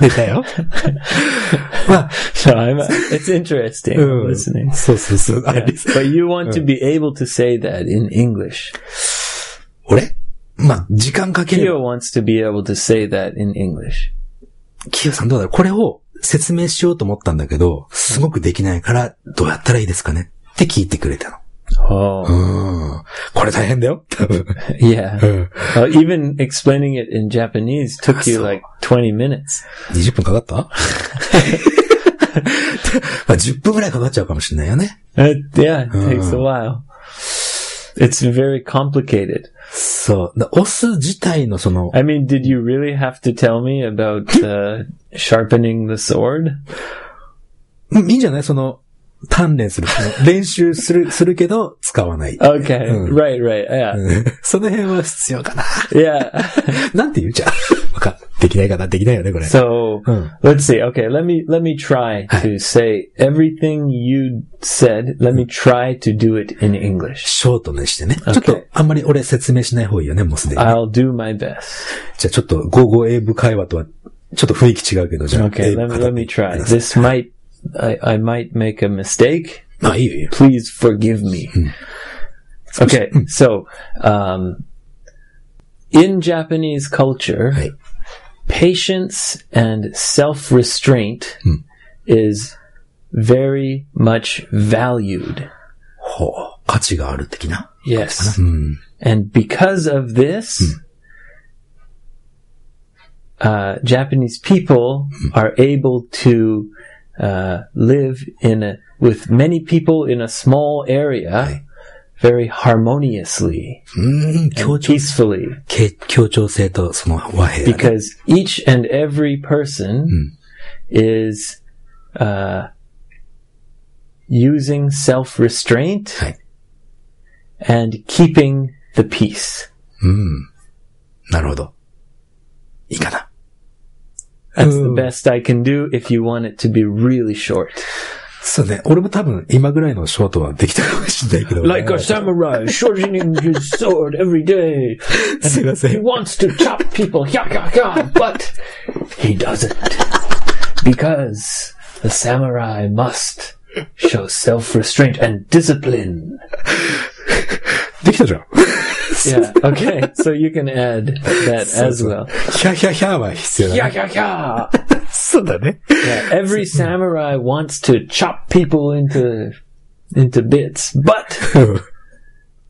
Speaker 2: 出たよ。まあ、
Speaker 1: So I'm, it's interesting
Speaker 2: うん。
Speaker 1: listening.
Speaker 2: そうそうそう。あ
Speaker 1: Yeah.
Speaker 2: リス
Speaker 1: But you want to be able to say that in English.
Speaker 2: 俺まあ、時間かければ
Speaker 1: Kyo wants to be able to say that in English.
Speaker 2: キヨさんどうだろうこれを説明しようと思ったんだけど、すごくできないから、どうやったらいいですかねって聞いてくれた
Speaker 1: Oh,
Speaker 2: の。うん。これ大変だよ多分。う
Speaker 1: yeah.
Speaker 2: ん。
Speaker 1: Uh, even explaining it in Japanese took you
Speaker 2: So-
Speaker 1: like 20 minutes.
Speaker 2: 20分かかった まあ10分くらいかかっちゃうかもしれないよね。
Speaker 1: Uh, yeah, it takes a
Speaker 2: Mm.
Speaker 1: while. It's very complicated.
Speaker 2: そう。だオス自体のその、
Speaker 1: I mean, did you really have to tell me about uh, sharpening the sword?
Speaker 2: うんいいんじゃないその、鍛錬する。その練習する、 するけど、使わない。
Speaker 1: Okay,
Speaker 2: Mm.
Speaker 1: right, right, yeah,
Speaker 2: うん その辺は必要かな。
Speaker 1: yeah.
Speaker 2: なんて言うじゃん。わかんできないかな、できないよね、これ。
Speaker 1: So
Speaker 2: Mm.
Speaker 1: let's see. Okay, let me let me try to say everything you said. Let me try to do it in English.
Speaker 2: ショートにしてね。ちょ
Speaker 1: Okay.
Speaker 2: っと、あんまり俺説明しない方がいいよね、もうすでに。
Speaker 1: I'll do my best.
Speaker 2: じゃあちょっと、ゴーゴー英語会話とは、ちょっと雰囲気違うけど、じゃあ。
Speaker 1: Okay,
Speaker 2: 英語
Speaker 1: let
Speaker 2: 語
Speaker 1: me
Speaker 2: って
Speaker 1: let me try.
Speaker 2: ください
Speaker 1: This might I, I might make a mistake.
Speaker 2: まあ、いいよ、いいよ。
Speaker 1: Please forgive me. Okay, so um, in Japanese culture,
Speaker 2: Right.
Speaker 1: patience and self restraint is very much valued.
Speaker 2: ほう。価値がある的な。
Speaker 1: Yes.
Speaker 2: うん。
Speaker 1: And because of this, uh, Japanese people are able to uh, live in a, with many people in a small area very harmoniously,
Speaker 2: うん、協
Speaker 1: and
Speaker 2: 調、
Speaker 1: peacefully,
Speaker 2: け協調性とその和平だね、
Speaker 1: because each and every person is uh, using self restraint
Speaker 2: Right.
Speaker 1: and keeping the peace.
Speaker 2: なるほど。いいかな。
Speaker 1: That's the
Speaker 2: Oh.
Speaker 1: best I can do if you want it to be really short.
Speaker 2: そうね。俺も多分今ぐらいのショートはできたかもしれないけど。
Speaker 1: Uh, samurai, shortening his sword every day.
Speaker 2: すいません。
Speaker 1: wants to chop people, yah, yah, yah, but he doesn't. Because the samurai must show self restraint and discipline.
Speaker 2: できたじゃ ん。
Speaker 1: Yeah, okay, so you can add that as well.
Speaker 2: ヒャヒャヒャは必要だ、ね。
Speaker 1: Yah, yah, yah.
Speaker 2: そうだね。
Speaker 1: Yeah, every samurai wants to chop people into into bits, but
Speaker 2: うん。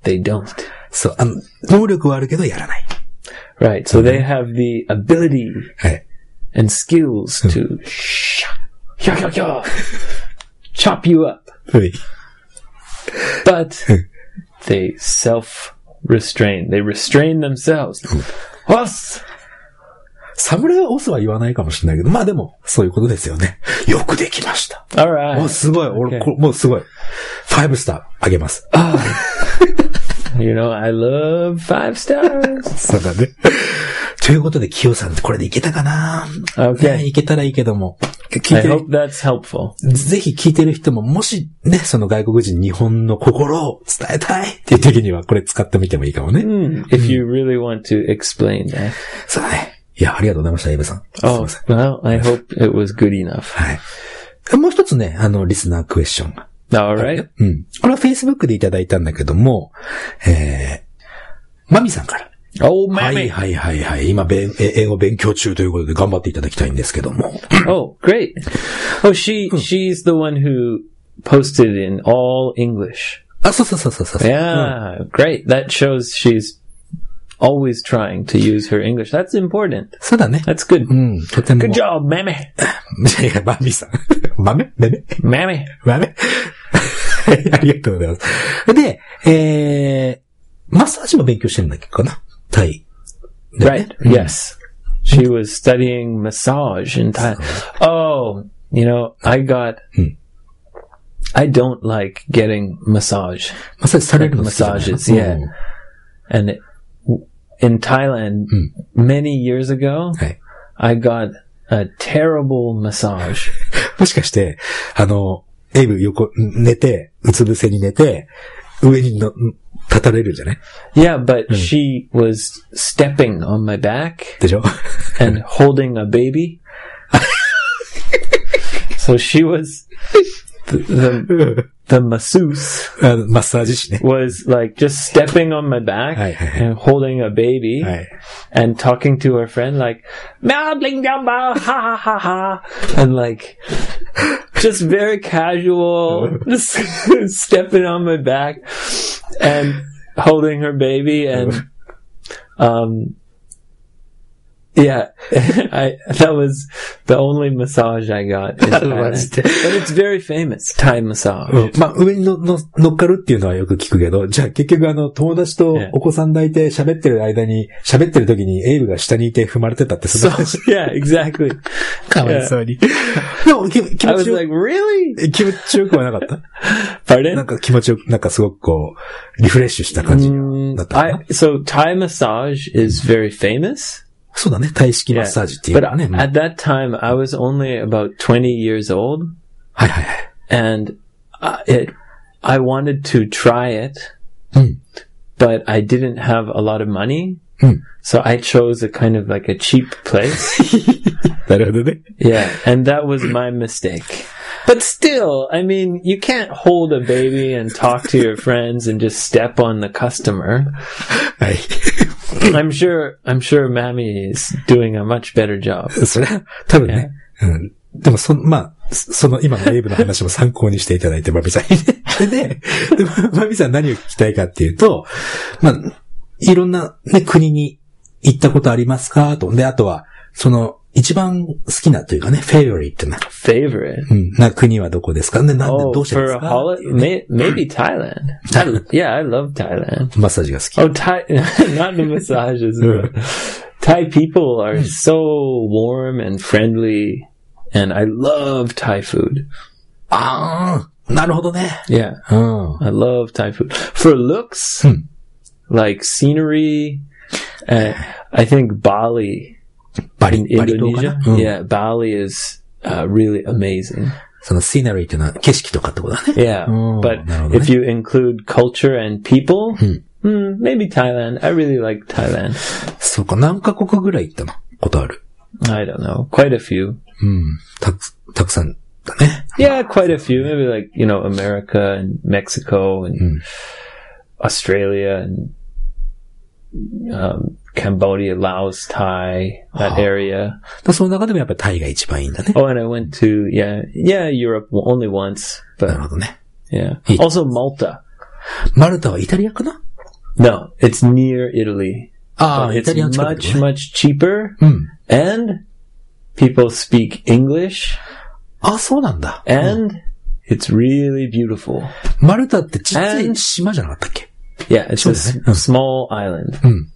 Speaker 1: they don't.
Speaker 2: そう、あの、能力はあるけどやらない。
Speaker 1: Right. So they have the ability
Speaker 2: はい。
Speaker 1: and skills to sh- yah, yah, yah, chop you up,
Speaker 2: はい。
Speaker 1: but they self restrain. They restrain themselves. Us.
Speaker 2: 侍はオスは言わないかもしれないけど、まあでも、そういうことですよね。よくできました。
Speaker 1: All
Speaker 2: もう
Speaker 1: right.
Speaker 2: すごい。俺、
Speaker 1: Okay.
Speaker 2: こもうすごい。ファイブスターあげます。
Speaker 1: You know, I love five stars.
Speaker 2: そうだね。ということで、キヨさんってこれでいけたかな
Speaker 1: Okay.
Speaker 2: ねいけたらいいけども。聞
Speaker 1: I
Speaker 2: いてる
Speaker 1: hope that's helpful.
Speaker 2: ぜひ聞いてる人も、もしね、その外国人日本の心を伝えたいっていう時には、これ使ってみてもいいかもね。
Speaker 1: Hmm, If you really want to explain that.
Speaker 2: そうだね。いや、ありがとうございました、エイブさん。すい
Speaker 1: Oh,
Speaker 2: ません。
Speaker 1: well, I hope it was good enough.
Speaker 2: はい。もう一つね、あの、リスナークエスチョンが。
Speaker 1: All right.
Speaker 2: うん。これは Facebook でいただいたんだけども、えー、マミさんから。
Speaker 1: Oh,
Speaker 2: はい
Speaker 1: mammy.
Speaker 2: はいはいはい。今、べんえ英語勉強中ということで頑張っていただきたいんですけども。
Speaker 1: Oh, great. Oh, she she's the one who posted in all English.
Speaker 2: あ、そうそうそうそうそう。
Speaker 1: Yeah, great. That shows she's always trying to use her English. That's important.
Speaker 2: そうだね。
Speaker 1: That's good.
Speaker 2: うん、とても。
Speaker 1: Good job, mammy.
Speaker 2: いや、バービーさん。 豆豆
Speaker 1: Mammy.
Speaker 2: 豆 ありがとうございます。で、えー、マッサージも勉強してるんだっけかなタイ。
Speaker 1: Right.
Speaker 2: Hmm.
Speaker 1: Yes. She was studying massage in Thailand. Oh, you know, I got.
Speaker 2: Hmm.
Speaker 1: I don't like getting massage,
Speaker 2: マッサージされるの好きだね
Speaker 1: Massages, yeah. and it- in Thailand,
Speaker 2: Hmm.
Speaker 1: many years ago,
Speaker 2: はい。
Speaker 1: I got a terrible massage.
Speaker 2: もしかして、あの、エイブ横、寝て、うつ伏せに寝て、上にの立たれるじゃない
Speaker 1: Yeah, but
Speaker 2: Hmm.
Speaker 1: she was stepping on my back
Speaker 2: でしょ
Speaker 1: and holding a baby. so she was the, the
Speaker 2: うん
Speaker 1: the masseuse
Speaker 2: あのマッサージ師ね。
Speaker 1: was like just stepping on my back
Speaker 2: Hi, hi, hi.
Speaker 1: and holding a baby
Speaker 2: はい。
Speaker 1: and talking to her friend like "Meow, bling, dum, bow, ha ha ha ha and like just very casual just stepping on my back and holding her baby and um yeah I that was the only massage I got in Thailand.
Speaker 2: Massage.
Speaker 1: but it's very famous Thai massage
Speaker 2: うんまあ、上にのの乗っかるっていうのはよく聞くけど、じゃあ結局あの、友達と
Speaker 1: ええ
Speaker 2: お子さん抱いて喋ってる間に、喋ってる時にエイブが下にいて踏まれてたってそ
Speaker 1: so
Speaker 2: んな話
Speaker 1: yeah exactly
Speaker 2: かわいそうに。でも気気
Speaker 1: I
Speaker 2: 持
Speaker 1: was
Speaker 2: ちよ
Speaker 1: like, really?
Speaker 2: く、気持ちよくはなかったなん
Speaker 1: Pardon?
Speaker 2: か気持ちよく、なんかすごくこう、リフレッシュした感じだっ
Speaker 1: Mm,
Speaker 2: たかな
Speaker 1: I, so Thai massage is very famous.
Speaker 2: そうだね、体式マッ
Speaker 1: Yeah.
Speaker 2: サージっていうの
Speaker 1: But
Speaker 2: はね。うん
Speaker 1: at that time, I was only about 20 years old
Speaker 2: はいはいはい。
Speaker 1: and I- it, I wanted to try it,
Speaker 2: Mm.
Speaker 1: but I didn't have a lot of money.
Speaker 2: Mm.
Speaker 1: So I chose a kind of like a cheap place.
Speaker 2: なるほどね。
Speaker 1: yeah. And that was my mistake. But still, I mean, you can't hold a baby and talk to your friends and just step on the customer.
Speaker 2: はい。
Speaker 1: I'm sure. I'm sure Mammy is doing a much better job.
Speaker 2: それは、多分ね。うん。でも、その、まあ、そその今のエイブの話も参考にしていただいて、バビさんに ね。で、でバビさん何を聞きたいかっていうと、まあ、いろんなね、国に行ったことありますかと。で、あとは、その、一番好きなというかね、フェイリーってな、
Speaker 1: Favorite.
Speaker 2: うん、な国はどこですかで、なんで、ど
Speaker 1: Oh,
Speaker 2: うしてで
Speaker 1: for
Speaker 2: す
Speaker 1: a
Speaker 2: か
Speaker 1: holiday, may, maybe Thailand. I, yeah, I love Thailand.
Speaker 2: マッサージが好き。
Speaker 1: Oh, Thai, not the massages. but Thai people are so warm and friendly, and I love Thai food.
Speaker 2: ああ、なるほどね。
Speaker 1: Yeah,
Speaker 2: うん。
Speaker 1: I love Thai food for looks,
Speaker 2: Hmm.
Speaker 1: like scenery. Uh, I think Bali Hmm.
Speaker 2: バリ
Speaker 1: in、
Speaker 2: バリ島か
Speaker 1: Indonesia.
Speaker 2: な。うん。
Speaker 1: Yeah, Bali is uh, really amazing.
Speaker 2: その、シナリーっていうのは景色とかってことだね。
Speaker 1: Yeah,
Speaker 2: Oh,
Speaker 1: but
Speaker 2: no,
Speaker 1: if
Speaker 2: right.
Speaker 1: you include culture and people, hmm, maybe Thailand. I really like Thailand.
Speaker 2: そうか、何カ国ぐらい行ったのことある。
Speaker 1: I don't know, quite a few.
Speaker 2: うん。たく、たくさんだね。
Speaker 1: Yeah, quite a few. Maybe like you know America and Mexico and Australia and um, Cambodia, Laos, Thai, that area.
Speaker 2: でその中でもやっぱりタイが一番いいんだね。
Speaker 1: Oh, and I went to yeah, yeah, Europe only once,
Speaker 2: なる
Speaker 1: but
Speaker 2: ほどね。
Speaker 1: yeah,
Speaker 2: Hey.
Speaker 1: also Malta.
Speaker 2: マルタはイタリアかな
Speaker 1: No, it's near Italy. But
Speaker 2: ああ、イ
Speaker 1: it's
Speaker 2: タリアの近くだ
Speaker 1: much
Speaker 2: ね
Speaker 1: much cheaper.
Speaker 2: うん。
Speaker 1: and people speak English,
Speaker 2: あ、そうなんだ。
Speaker 1: and it's really beautiful.
Speaker 2: マルタってちっちゃ
Speaker 1: And-
Speaker 2: い島じゃなかったっけ
Speaker 1: Yeah, it's a s-
Speaker 2: Sure.
Speaker 1: small island,
Speaker 2: Hmm.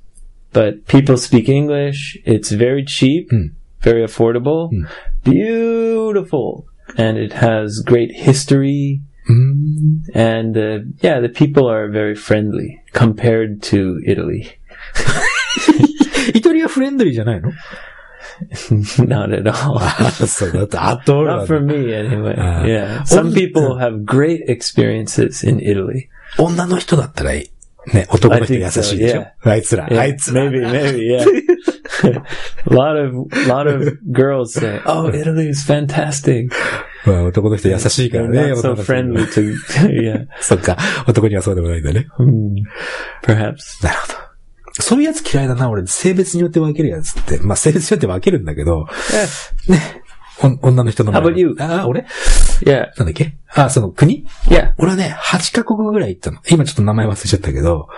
Speaker 1: but people speak English. It's very cheap,
Speaker 2: Hmm.
Speaker 1: very affordable, beautiful, and it has great history.
Speaker 2: うーん。
Speaker 1: And uh, yeah, the people are very friendly compared to Italy.
Speaker 2: イタリアフレンドリーじゃないの
Speaker 1: Not at all.
Speaker 2: あそうだった。あと
Speaker 1: Not for me, anyway.
Speaker 2: Ah.
Speaker 1: yeah, some
Speaker 2: Only-
Speaker 1: people have great experiences in Italy.
Speaker 2: 女の人だったらいい。ね、男の人
Speaker 1: I think
Speaker 2: 優
Speaker 1: so,
Speaker 2: しいでしょあいつら、
Speaker 1: Yeah,
Speaker 2: あいつら。
Speaker 1: maybe, maybe, yeah. a lot of lot of girls say, "Oh, Italy is fantastic.
Speaker 2: まあ男の人優しいから
Speaker 1: They're
Speaker 2: ね。
Speaker 1: not
Speaker 2: 女
Speaker 1: so friendly
Speaker 2: の人
Speaker 1: to, yeah,
Speaker 2: そっか。男にはそうでもないんだね。
Speaker 1: Hmm. perhaps."
Speaker 2: なるほど。そういうやつ嫌いだな、俺。性別によって分けるやつって。まあ、性別によって分けるんだけど、
Speaker 1: Yeah.
Speaker 2: お女の人の名
Speaker 1: How about you?
Speaker 2: ああ、俺
Speaker 1: Yeah.
Speaker 2: なんだっけあ、その国
Speaker 1: Yeah.
Speaker 2: 俺はね、8カ国ぐらい行ったの。今ちょっと名前忘れちゃったけど。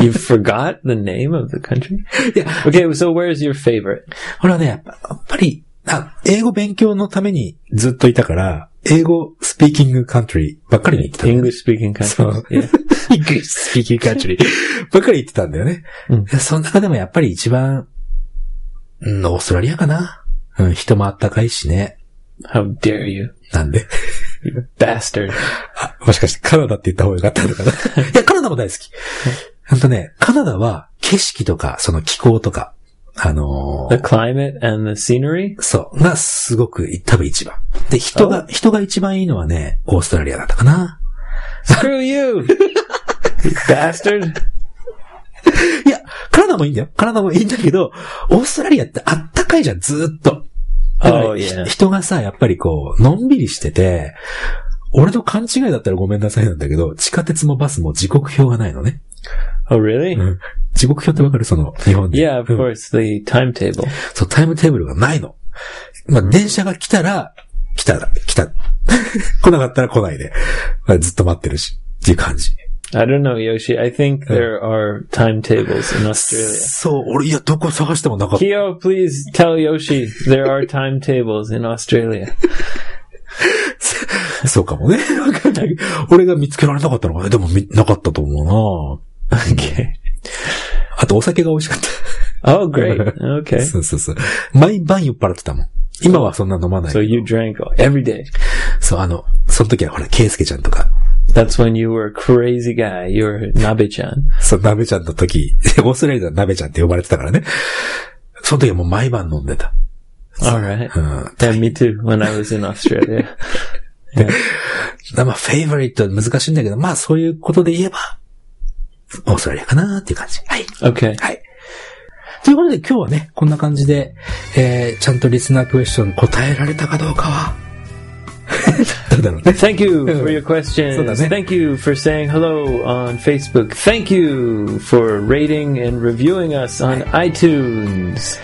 Speaker 1: You forgot the name of the country?
Speaker 2: いや、
Speaker 1: Okay, so where's your favorite?
Speaker 2: 俺はね、やっぱやっぱり、あ、英語勉強のためにずっといたから、英語スピーキングカントリーばっかりに行ってたの。
Speaker 1: English speaking country.
Speaker 2: So-
Speaker 1: Yeah.
Speaker 2: イングリッシュスピーキングカントリーばっかり行ってたんだよね。
Speaker 1: うん
Speaker 2: でその中でもやっぱり一番、うん、オーストラリアかな。うん、人もあったかいしね。
Speaker 1: How dare you?
Speaker 2: なんで。
Speaker 1: You bastard.
Speaker 2: あもしかしてカナダって言った方がよかったの かな。いや、カナダも大好き。ほんとね、カナダは景色とか、その気候とか、あのー
Speaker 1: The climate and the scenery?
Speaker 2: そう、がすごく多分一番。で、人が、人が一番いいのはね、オーストラリアだったかな。
Speaker 1: Screw you! you bastard.
Speaker 2: いや、カナダもいいんだよ。カナダもいいんだけど、オーストラリアってあったかいじゃん、ずーっと。だから
Speaker 1: Oh, yeah.
Speaker 2: ひ人がさ、やっぱりこう、のんびりしてて、俺の勘違いだったらごめんなさいなんだけど、地下鉄もバスも時刻表がないのね。
Speaker 1: Oh, really?
Speaker 2: うん時刻表ってわかるその、日本で。
Speaker 1: Yeah, of
Speaker 2: うん
Speaker 1: course, the timetable.
Speaker 2: そう、タイムテーブルがないの。まあ、電車が来たら、来たら、来た。 来なかったら来ないで。まあずっと待ってるし、っていう感じ。
Speaker 1: I don't know, Yoshi. I think there are timetables in Australia.
Speaker 2: そう、俺、いや、どこ探してもなかった。
Speaker 1: Kyo, please tell Yoshi there are timetables in Australia.
Speaker 2: そうかもね。わかんない。俺が見つけられなかったのかね。でも、みなかったと思うな
Speaker 1: Okay.
Speaker 2: あと、お酒が美味しかっ
Speaker 1: Oh, great.
Speaker 2: た。
Speaker 1: Okay.
Speaker 2: そうそうそう。毎晩酔っ払ってたもん。今はそんな飲まない
Speaker 1: So。you drank every day.
Speaker 2: そう、あの、その時はほら、ケイスケちゃんとか、
Speaker 1: That's when you were a crazy guy. You were Nabe-chan.
Speaker 2: そう、鍋ちゃんの時、 オーストラリアでは鍋ちゃんって呼ばれてたからね。その時はもう毎晩飲んでた。
Speaker 1: All right.
Speaker 2: うん。
Speaker 1: Yeah, me too. When I was in Australia.
Speaker 2: だまあ、フェイバリットは難しいんだけど、まあ、そういうことで言えば、オーストラリアかなっていう感じ。はい。
Speaker 1: Okay.
Speaker 2: はい。ということで、今日はね、こんな感じで、えー、ちゃんとリスナークエスチョン答えられたかどうかは、 どうだろうね。
Speaker 1: Thank you for your questions.
Speaker 2: そうだね。
Speaker 1: Thank you for saying hello on Facebook. Thank you for rating and reviewing us on iTunes.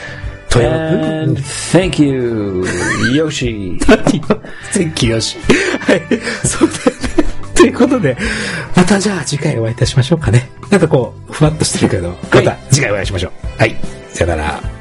Speaker 2: 富山君。
Speaker 1: And thank you, Yoshi.
Speaker 2: 天気よし。はい。そうだね。ということで、またじゃあ次回お会いいたしましょうかね。なんかこう、ふわっとしてるけど、また次回お会いしましょう。はい。さよなら。